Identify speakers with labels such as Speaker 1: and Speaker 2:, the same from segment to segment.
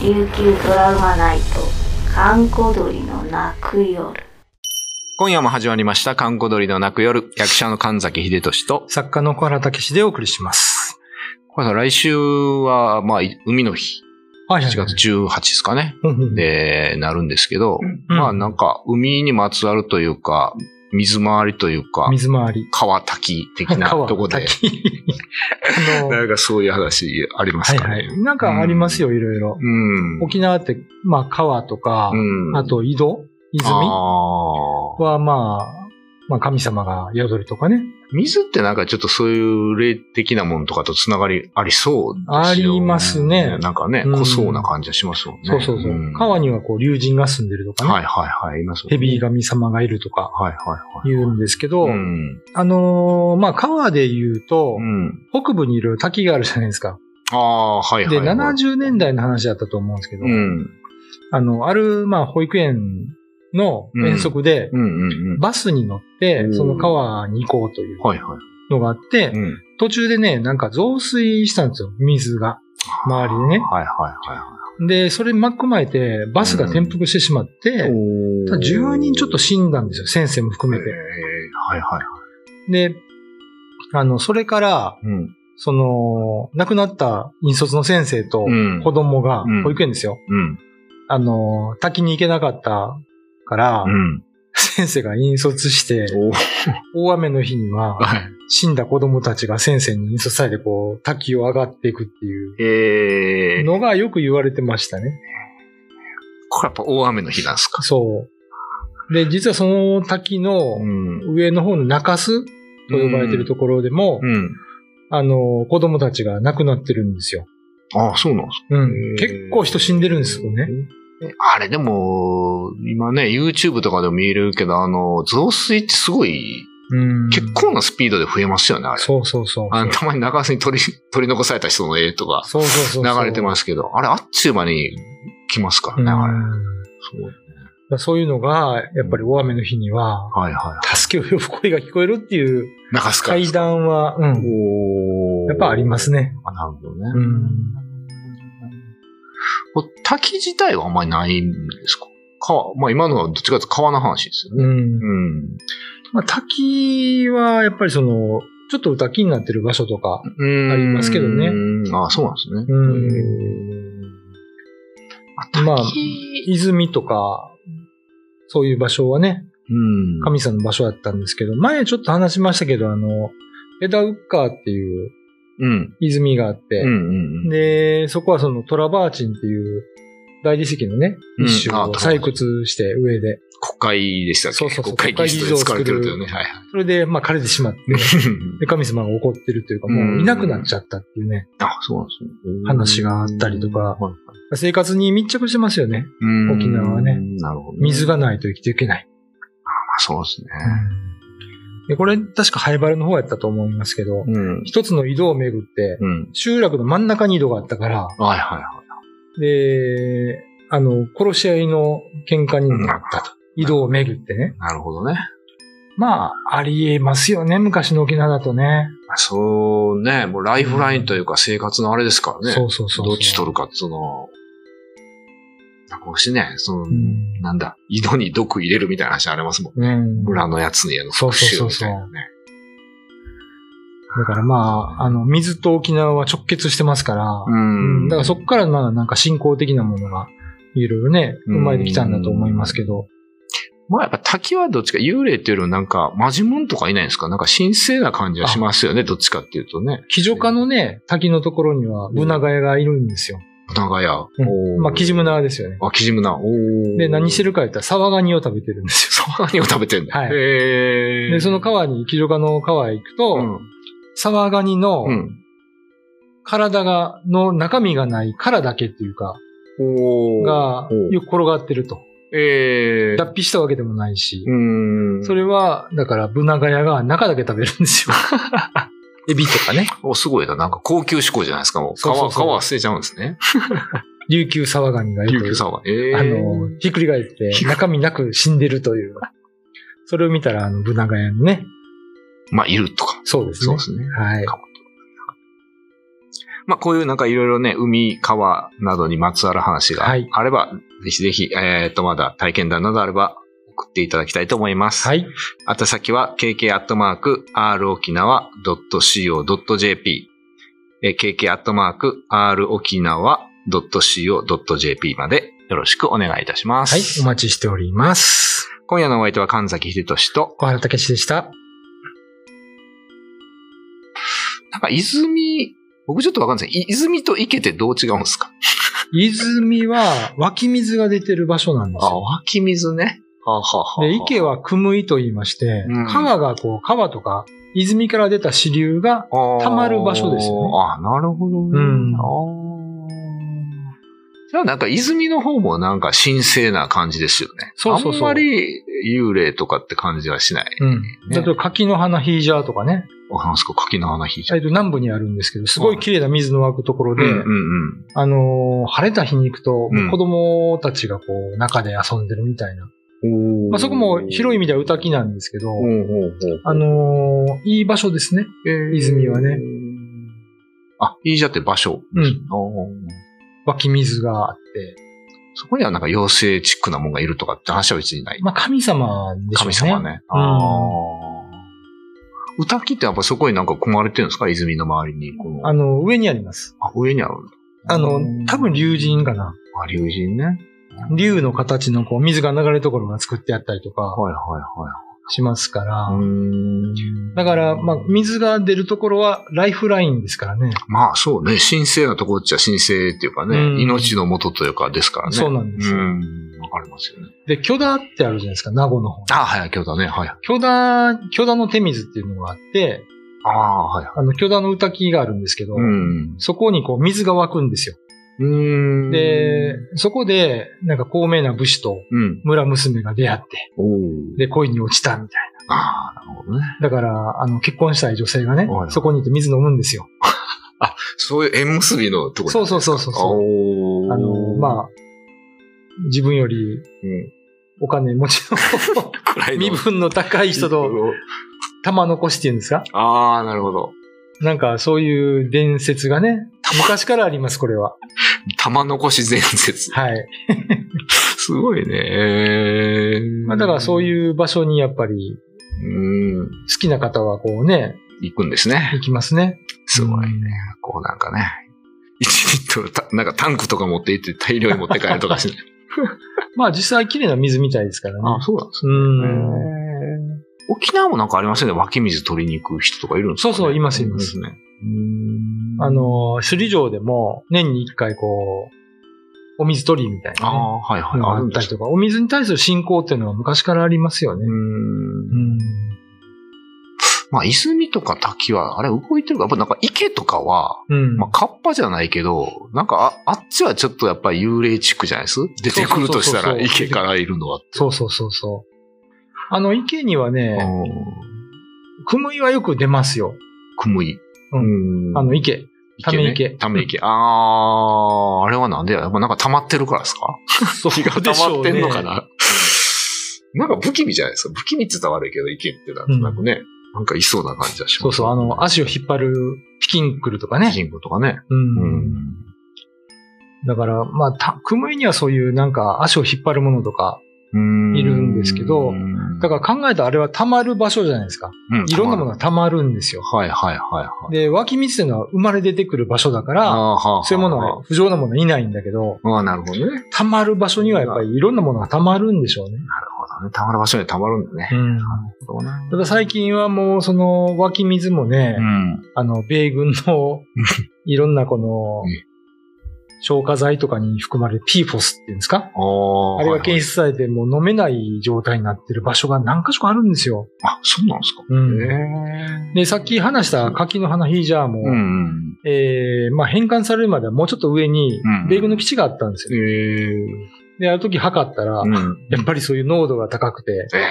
Speaker 1: 琉球ドラマナイト観光鳥の泣く夜
Speaker 2: 今夜も始まりました、観光鳥の泣く夜、役者の神崎秀俊と、
Speaker 3: 作家の小原武史でお送りします。
Speaker 2: これさ来週は、まあ、い海の日、
Speaker 3: はい
Speaker 2: 7月18ですかね、
Speaker 3: で、
Speaker 2: で、なるんですけど、
Speaker 3: うん
Speaker 2: まあなんか、海にまつわるというか、水回りというか、
Speaker 3: 水回り。
Speaker 2: 川滝的 なとこで、
Speaker 3: 滝あの、
Speaker 2: なんかそういう話ありま
Speaker 3: は
Speaker 2: す
Speaker 3: い
Speaker 2: かね。
Speaker 3: はい。なんかありますよ、いろいろ。
Speaker 2: うん。
Speaker 3: 沖縄って、まあ川とか、
Speaker 2: うん
Speaker 3: あと井戸泉
Speaker 2: あー
Speaker 3: はまあ、まあ神様が宿るとかね。
Speaker 2: 水ってなんかちょっとそういう霊的なものとかとつながりありそうですよ
Speaker 3: ありますね
Speaker 2: なんかね、
Speaker 3: うん
Speaker 2: 濃そうな感じがしますもんね。
Speaker 3: そうそうそう。
Speaker 2: ん
Speaker 3: 川にはこう竜神が住んでるとかね。
Speaker 2: はいはいはい、いますよね
Speaker 3: ヘビー神様がいるとか
Speaker 2: はいはいはい。
Speaker 3: 言うんですけど、
Speaker 2: うん。
Speaker 3: あのーまあ川で言うと、
Speaker 2: うん。
Speaker 3: 北部にいる滝があるじゃないですか。
Speaker 2: ああ、はいはい
Speaker 3: で、
Speaker 2: はい。
Speaker 3: 70年代の話だったと思うんですけど、
Speaker 2: うん。
Speaker 3: あの、ある、まあ、保育園の遠足で、
Speaker 2: うんうんうん。
Speaker 3: バスに乗っ
Speaker 2: う
Speaker 3: て、
Speaker 2: ん
Speaker 3: その川に行こうという
Speaker 2: はいはい。
Speaker 3: のがあって、
Speaker 2: うん。
Speaker 3: 途中でね、なんか増水したんですよ、水が。周りでね。
Speaker 2: はいはいは
Speaker 3: で、それに巻き込まれて、バスが転覆してしまって
Speaker 2: い。、お
Speaker 3: ただ10人ちょっと死んだんですよ、先生も含
Speaker 2: め
Speaker 3: めて。
Speaker 2: はいはい。
Speaker 3: で、あの、それから、
Speaker 2: うん。
Speaker 3: その、亡くなった引率の先生と
Speaker 2: うん
Speaker 3: 子供が
Speaker 2: うん、
Speaker 3: 保育園ですよ。
Speaker 2: うん。
Speaker 3: あの、滝に行けなかったから、
Speaker 2: うん。
Speaker 3: 先生が引率して、
Speaker 2: おー
Speaker 3: 大雨の日には、
Speaker 2: はい。
Speaker 3: 死んだ子供たちが先生に引率されて、こう、滝を上がっていくっていう
Speaker 2: えー、
Speaker 3: のがよく言われてましたね。
Speaker 2: これやっぱ大雨の日なんですか
Speaker 3: そう。で、実はその滝の
Speaker 2: ん。
Speaker 3: 上の方の中洲と呼ばれてるところでも、
Speaker 2: うん。
Speaker 3: あの、子供たちが亡くなってるんですよ。
Speaker 2: ああ、そうなんですか
Speaker 3: うん。結構人死んでるんですよね。。
Speaker 2: えあれでも、今ね、YouTube とかでも見えるけど、あの、増水ってすごい、
Speaker 3: うん。
Speaker 2: 結構なスピードで増えますよね、あれ。
Speaker 3: そうそうそう。
Speaker 2: あのたまに中洲に取り、 取り残された人の絵とか
Speaker 3: そうそうそうそう。
Speaker 2: 流れてますけど、あれあっちゅう間に来ますから
Speaker 3: うん。
Speaker 2: ね、
Speaker 3: だ
Speaker 2: あれ。
Speaker 3: か
Speaker 2: すごい
Speaker 3: らそういうのが、やっぱり大雨の日には、
Speaker 2: はいは
Speaker 3: 助けを呼ぶ声が聞こえるっていう
Speaker 2: い。中洲からで
Speaker 3: 階
Speaker 2: すか。
Speaker 3: 段は、うん。
Speaker 2: おー
Speaker 3: やっぱありますね。
Speaker 2: あなるほどね。
Speaker 3: うん。
Speaker 2: こう滝自体はあんまりないんですか川、まあ今のはどっちかというと川の話ですよね。
Speaker 3: うん。
Speaker 2: うん。
Speaker 3: まあ、滝は、やっぱりその、ちょっと歌気になってる場所とか、
Speaker 2: うん
Speaker 3: ありますけどね
Speaker 2: うんああ、そうなんですね。
Speaker 3: うん
Speaker 2: うん
Speaker 3: まあ
Speaker 2: 滝
Speaker 3: 泉とか、そういう場所はね、
Speaker 2: うん。
Speaker 3: 神様の場所だったんですけど、前ちょっと話しましたけど、あの、エダウッカーっていう
Speaker 2: うん。
Speaker 3: 泉があって、
Speaker 2: うんうんうん。
Speaker 3: で、そこはそのトラバーチンっていう大理石のね、
Speaker 2: うん
Speaker 3: 一種
Speaker 2: あ
Speaker 3: を採掘して上で、
Speaker 2: 国会でしたっけ
Speaker 3: そうそうそう
Speaker 2: 国会議事堂
Speaker 3: 国
Speaker 2: 使わ
Speaker 3: 会
Speaker 2: れ
Speaker 3: 議
Speaker 2: てる
Speaker 3: 事堂を作る
Speaker 2: というね。はいはい。
Speaker 3: それでまあ枯れてし まって、で神様が怒ってるというか、もういなくなっちゃったっていうね、
Speaker 2: あ、そうなんですね。
Speaker 3: 話があったりとか
Speaker 2: はいはい
Speaker 3: 生活に密着してますよね。
Speaker 2: うん
Speaker 3: 沖縄はね。
Speaker 2: なるほどね。
Speaker 3: 水がないと生きていけない。
Speaker 2: まあそうですね。
Speaker 3: でこれ確か灰原の方やったと思いますけど、
Speaker 2: うん。
Speaker 3: 一つの井戸をめぐって、
Speaker 2: うん。
Speaker 3: 集落の真ん中に井戸があったから、
Speaker 2: はいはいは
Speaker 3: で、あの、殺し合いの喧嘩にもなったと。井戸をめぐってね。
Speaker 2: い。なるほどね。
Speaker 3: まあ、ありえますよね、昔の沖縄だとね。
Speaker 2: まあそうね、もうライフラインというか生活のあれですからね。
Speaker 3: そうそうそうそう。
Speaker 2: どっち取るか、その、なんかもしね、その、
Speaker 3: ん
Speaker 2: なんだ、井戸に毒入れるみたいな話ありますもん。
Speaker 3: うん。
Speaker 2: 村のやつにあの復讐みたいなね。
Speaker 3: だからまあ、あの、水と沖縄は直結してますから、
Speaker 2: うん
Speaker 3: だからそこからまあ、なんか信仰的なものが、いろいろね、生まれてきたんだと思いますけど、
Speaker 2: まあやっぱ滝はどっちか、幽霊っていうよりもなんか、マジモンとかいないんですかなんか神聖な感じはしますよね、どっちかっていうとね。
Speaker 3: 木女家のね、滝のところには、ブナガヤがいるんですよ。
Speaker 2: 長屋。おー
Speaker 3: まあ、キジムナーですよね。
Speaker 2: あ、キジムナ。おー
Speaker 3: で、何してるか言ったら、サワガニを食べてるんですよ。
Speaker 2: そう何を食べてんだ
Speaker 3: はい
Speaker 2: へー
Speaker 3: で、その川に、キジョカの川へ行くと、
Speaker 2: うん。
Speaker 3: サワガニの
Speaker 2: うん。
Speaker 3: 体が、の中身がない殻だけっていうか、
Speaker 2: おー
Speaker 3: が
Speaker 2: おー、
Speaker 3: よく転がってると。
Speaker 2: えー
Speaker 3: 脱皮したわけでもないし、
Speaker 2: うーん。
Speaker 3: それは、だから、ブナガヤが中だけ食べるん ですよ。エビとかね。
Speaker 2: お、すごいな。なんか高級志向じゃないですか。もう皮、皮
Speaker 3: そうそうそう
Speaker 2: は捨てちゃうんですね。
Speaker 3: 琉球サワガニがよ
Speaker 2: 琉球
Speaker 3: く、
Speaker 2: さんは。えー、
Speaker 3: あの、ひっくり返って、中身なく死んでるという。それを見たら、あの、ブナガヤのね、
Speaker 2: まあ、いるとか。
Speaker 3: そうです
Speaker 2: そう
Speaker 3: ね
Speaker 2: で。すね。
Speaker 3: はい。
Speaker 2: かもまあ、こういうなんかいろいろね、海、川などにまつわる話が
Speaker 3: はい
Speaker 2: あれば、ぜひぜひ、えっ、と、まだ体験談などあれば、送っていただきたいと思います。
Speaker 3: はい。
Speaker 2: 宛先は kk.rokinawa.co.jp、えー kk.rokinawa.co.jp までよろしくお願いいたしま
Speaker 3: はい。
Speaker 2: す。
Speaker 3: お待ちしております。
Speaker 2: 今夜のお相手は神崎秀俊と、
Speaker 3: 小原武史でした。
Speaker 2: なんか泉、僕ちょっとわかんないですい泉と池ってどう違うんですか
Speaker 3: 泉は湧き水が出てる場所なんです
Speaker 2: あ、
Speaker 3: よ。
Speaker 2: 湧き水ね。はあはあはあ
Speaker 3: で、池はクムイと言いまして、
Speaker 2: うん
Speaker 3: 川がこう、川とか、泉から出た支流が、溜まる場所ですよね
Speaker 2: あーあ、なるほどね。
Speaker 3: うん
Speaker 2: あーじゃあなんか泉の方もなんか神聖な感じですよね。
Speaker 3: そうそうそう
Speaker 2: あんまり幽霊とかって感じはしない。
Speaker 3: うん。だと柿の花ヒージャーとかね、
Speaker 2: あ、なんすか柿の花引いちゃ
Speaker 3: えっと南部にあるんですけど、すごい綺麗な水の湧くところ
Speaker 2: う。う
Speaker 3: で、
Speaker 2: んうん
Speaker 3: あのー晴れた日に行くと、
Speaker 2: うん
Speaker 3: 子供たちがこう、中で遊んでるみたいな。
Speaker 2: うん。
Speaker 3: まあ、そこも広い意味
Speaker 2: だ。
Speaker 3: では歌木なんですけど、
Speaker 2: ほうほうほう
Speaker 3: あのーいい場所ですね。泉はね。
Speaker 2: あ、いいじゃって場所。
Speaker 3: うん。
Speaker 2: あー
Speaker 3: 湧き水があって。
Speaker 2: そこにはなんか妖精チックなもんがいるとかって話は別にない。
Speaker 3: まあ、神様でしょう
Speaker 2: 神
Speaker 3: ね。
Speaker 2: 様。ね。
Speaker 3: うん
Speaker 2: あー歌木ってやっぱそこになんか込まれてるんですか泉の周りに。この
Speaker 3: あの、上にあります。
Speaker 2: あ、上にあるんだ。
Speaker 3: あの、多分竜神かな。
Speaker 2: あ、竜神ね。はい
Speaker 3: 竜の形のこう、水が流れるところが作ってあったりとか
Speaker 2: はいは
Speaker 3: しますから。
Speaker 2: い。うーん
Speaker 3: だから、まあ、水が出るところはライフラインですからね。
Speaker 2: まあそうね、神聖なとこっちゃ神聖っていうかね、
Speaker 3: うん
Speaker 2: 命の元というかですからね。
Speaker 3: そうなんですよ
Speaker 2: うん、わかりますよね。
Speaker 3: で、巨田ってあるじゃないですか、名護の方に。
Speaker 2: あはい、今日だね、はい。
Speaker 3: 巨田、巨田の手水っていうのがあって、
Speaker 2: ああ、はい。
Speaker 3: あの、巨田の歌木があるんですけど、
Speaker 2: うん。
Speaker 3: そこにこう水が湧くんですよ。
Speaker 2: うん。
Speaker 3: で、そこで、なんか高名な武士と
Speaker 2: うん。
Speaker 3: 村娘が出会って、
Speaker 2: おー
Speaker 3: で、恋に落ちたみたい
Speaker 2: ああ、なるほどね。
Speaker 3: な。だから、あの、結婚したい女性がね
Speaker 2: は、い
Speaker 3: そこに行って水飲むんですよ。
Speaker 2: そういう縁結びのとこ
Speaker 3: そうそうそうそうそう。
Speaker 2: う
Speaker 3: あの、まあ、自分より
Speaker 2: あ、うん。
Speaker 3: お金持ちの
Speaker 2: 暗いの
Speaker 3: 身分の高い人と玉残しっていうんですか
Speaker 2: ああ、なるほど。
Speaker 3: なんかそういう伝説がね、昔からあります、これは。
Speaker 2: 玉残し前 説。
Speaker 3: はい。
Speaker 2: すごいね。えー
Speaker 3: まあ、だからそ
Speaker 2: う。
Speaker 3: ういう場所にやっぱり
Speaker 2: うん。
Speaker 3: 好きな方はこうね、
Speaker 2: 行くんですね。
Speaker 3: 行きますね。
Speaker 2: すごいね。こうなんかね。1リットルた、なんかタンクとか持って行って大量に持って帰るとかして。
Speaker 3: まあ実際綺麗な水みたいですからね。
Speaker 2: そうなんです
Speaker 3: う
Speaker 2: ね
Speaker 3: ん。
Speaker 2: へー沖縄もなんかありますよね。湧き水取りに行く人とかいるんですか、ね、
Speaker 3: そうそういますいます
Speaker 2: ね。
Speaker 3: あの、首里城でも年に一回こう、お水取りみたい
Speaker 2: あ
Speaker 3: な、ね、
Speaker 2: あ、はいはい。
Speaker 3: のがあったりとか、お水に対する信仰っていうのは昔からありますよ
Speaker 2: う。
Speaker 3: ね。うんん。
Speaker 2: まあ、泉とか滝は、あれ動いてるかやっぱなんか池とかは、
Speaker 3: うん。
Speaker 2: まあ、カッパじゃないけど、なんかあ、あっちはちょっとやっぱり幽霊地区じゃないです出てくるとした
Speaker 3: そうそ
Speaker 2: ら
Speaker 3: うそうそう
Speaker 2: 池からいるのはって。
Speaker 3: そうそうそうそう。あの池には
Speaker 2: う
Speaker 3: ね、
Speaker 2: ん。
Speaker 3: クムイはよく出ますよ。
Speaker 2: くむい。
Speaker 3: うあの池。
Speaker 2: 池ね
Speaker 3: ため池
Speaker 2: ため池。ああー、あれはなんでやっぱなんか溜まってるからですか
Speaker 3: そう
Speaker 2: 気が溜まってんのか
Speaker 3: でしょうね
Speaker 2: な、なんか不気味じゃないですか。不気味って言ったら悪いけど、池ってなんとなくね、なんかいそうな感じはします。
Speaker 3: そうそう、あの、足を引っ張るピキンクルとか
Speaker 2: ジ
Speaker 3: ね。
Speaker 2: ンゴとかね。
Speaker 3: う。
Speaker 2: うん
Speaker 3: だから、まあ、た、クムイにはそういうなんか足を引っ張るものとか、
Speaker 2: ん、
Speaker 3: いるんですけどだからら考えたらあれは溜まる場所じゃないですか。
Speaker 2: うん
Speaker 3: いろんなものが溜まるんですよ。
Speaker 2: はいはいはいはい。
Speaker 3: で、湧き水というのは生まれ出てくる場所だから、
Speaker 2: あーはあはあ
Speaker 3: そういうものは、不浄なものはいないんだけど、
Speaker 2: ああ、なるほどね。なる
Speaker 3: 溜まる場所にはやっぱりいろんなものが溜まるんでしょうね。
Speaker 2: ほどね。たまる場所にたまるんだね。
Speaker 3: うん。ただ最近はもうその湧き水もね、
Speaker 2: うん。
Speaker 3: あの、米軍 のいろんなこの
Speaker 2: うん、
Speaker 3: 消火剤とかに含まれる PFOS っていうんですか
Speaker 2: あ
Speaker 3: あれが検出されてもう飲めない状態になってる場所が何箇所かあるんですよ。
Speaker 2: あ、そうなんですか。
Speaker 3: うん
Speaker 2: へえ。
Speaker 3: で、さっき話した柿の花ヒージャーも、
Speaker 2: うん。
Speaker 3: えーまあ、返還されるまではもうちょっと上に
Speaker 2: うん、
Speaker 3: 米軍の基地があったんです
Speaker 2: え
Speaker 3: よ。で、ある時測ったら、
Speaker 2: うん。
Speaker 3: やっぱりそういう濃度が高くて、
Speaker 2: ええ。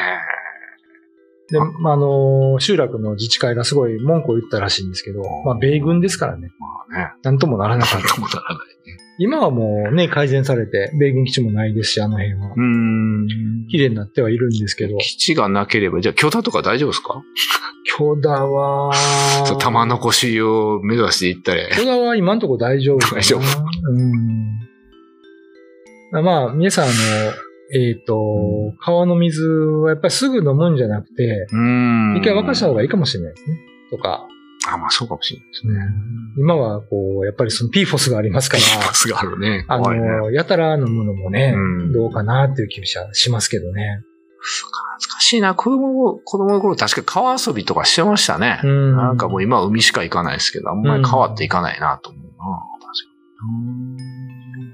Speaker 3: で、まあ、あのー集落の自治会がすごい文句を言ったらしいんですけど、まあ、米軍ですからね、
Speaker 2: まあね。
Speaker 3: なんともならなか
Speaker 2: な
Speaker 3: っ
Speaker 2: ん
Speaker 3: た。
Speaker 2: ともならない。
Speaker 3: 今はもうね、改善されて、米軍基地もないですし、あの辺は
Speaker 2: う。ん。
Speaker 3: 綺麗になってはいるんですけど、
Speaker 2: 基地がなければ、じゃあ、巨大とか大丈夫ですか
Speaker 3: 戸田は
Speaker 2: そう、玉のしを目指していったら、
Speaker 3: 戸田は今んとこ大丈夫かな。
Speaker 2: 大丈夫
Speaker 3: うん。まあ、皆さん、あの、えっ、と、川の水はやっぱりすぐ飲むんじゃなくて、
Speaker 2: うん。
Speaker 3: 一回沸かした方がい
Speaker 2: い。
Speaker 3: いかもしれないですね。とか、
Speaker 2: あ、まあそうかもしれないです
Speaker 3: う
Speaker 2: ね。
Speaker 3: ん今はこう、やっぱりその PFOS がありますから、
Speaker 2: パスがあるね。
Speaker 3: あ
Speaker 2: 怖いね。
Speaker 3: の、やたら飲むのもね、
Speaker 2: うん
Speaker 3: どうかなっていう気がしますけどね。
Speaker 2: 懐かしいな。子供の、子供の頃確か川遊びとかしてましたね。
Speaker 3: うん
Speaker 2: なんかもう今は海しか行かないですけど、あんまり川って行かないなと思うな。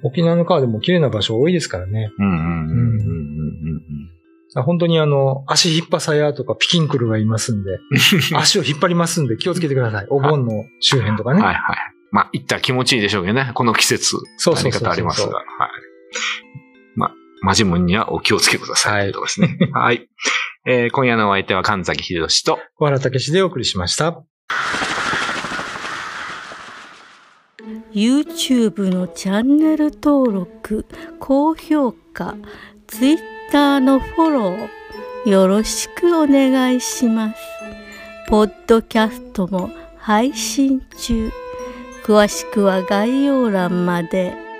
Speaker 3: 沖縄の川でも綺麗な場所多いですからね。
Speaker 2: 確かに。うんうんうんうんうんうん
Speaker 3: 本当にあの、足引っ張さやとかピキンクルがいますんで、足を引っ張りますんで気をつけてください。お盆の周辺とか
Speaker 2: うん。
Speaker 3: ね。
Speaker 2: はいはい。まあ行ったら気持ちいいでしょうけどね。この季節。
Speaker 3: そうそう
Speaker 2: 何
Speaker 3: そうそう
Speaker 2: 方ありますが。はい。まあ、マジモンにはお気をつけください。
Speaker 3: はい
Speaker 2: ということですね。はい。えー今夜のお相手は神崎秀俊と、
Speaker 3: わらたけしでお送りしました。
Speaker 4: YouTube のチャンネル登録高評価 Twitter のフォローよろしくお願いしますポッドキャストも配信中詳しくは概要欄まで。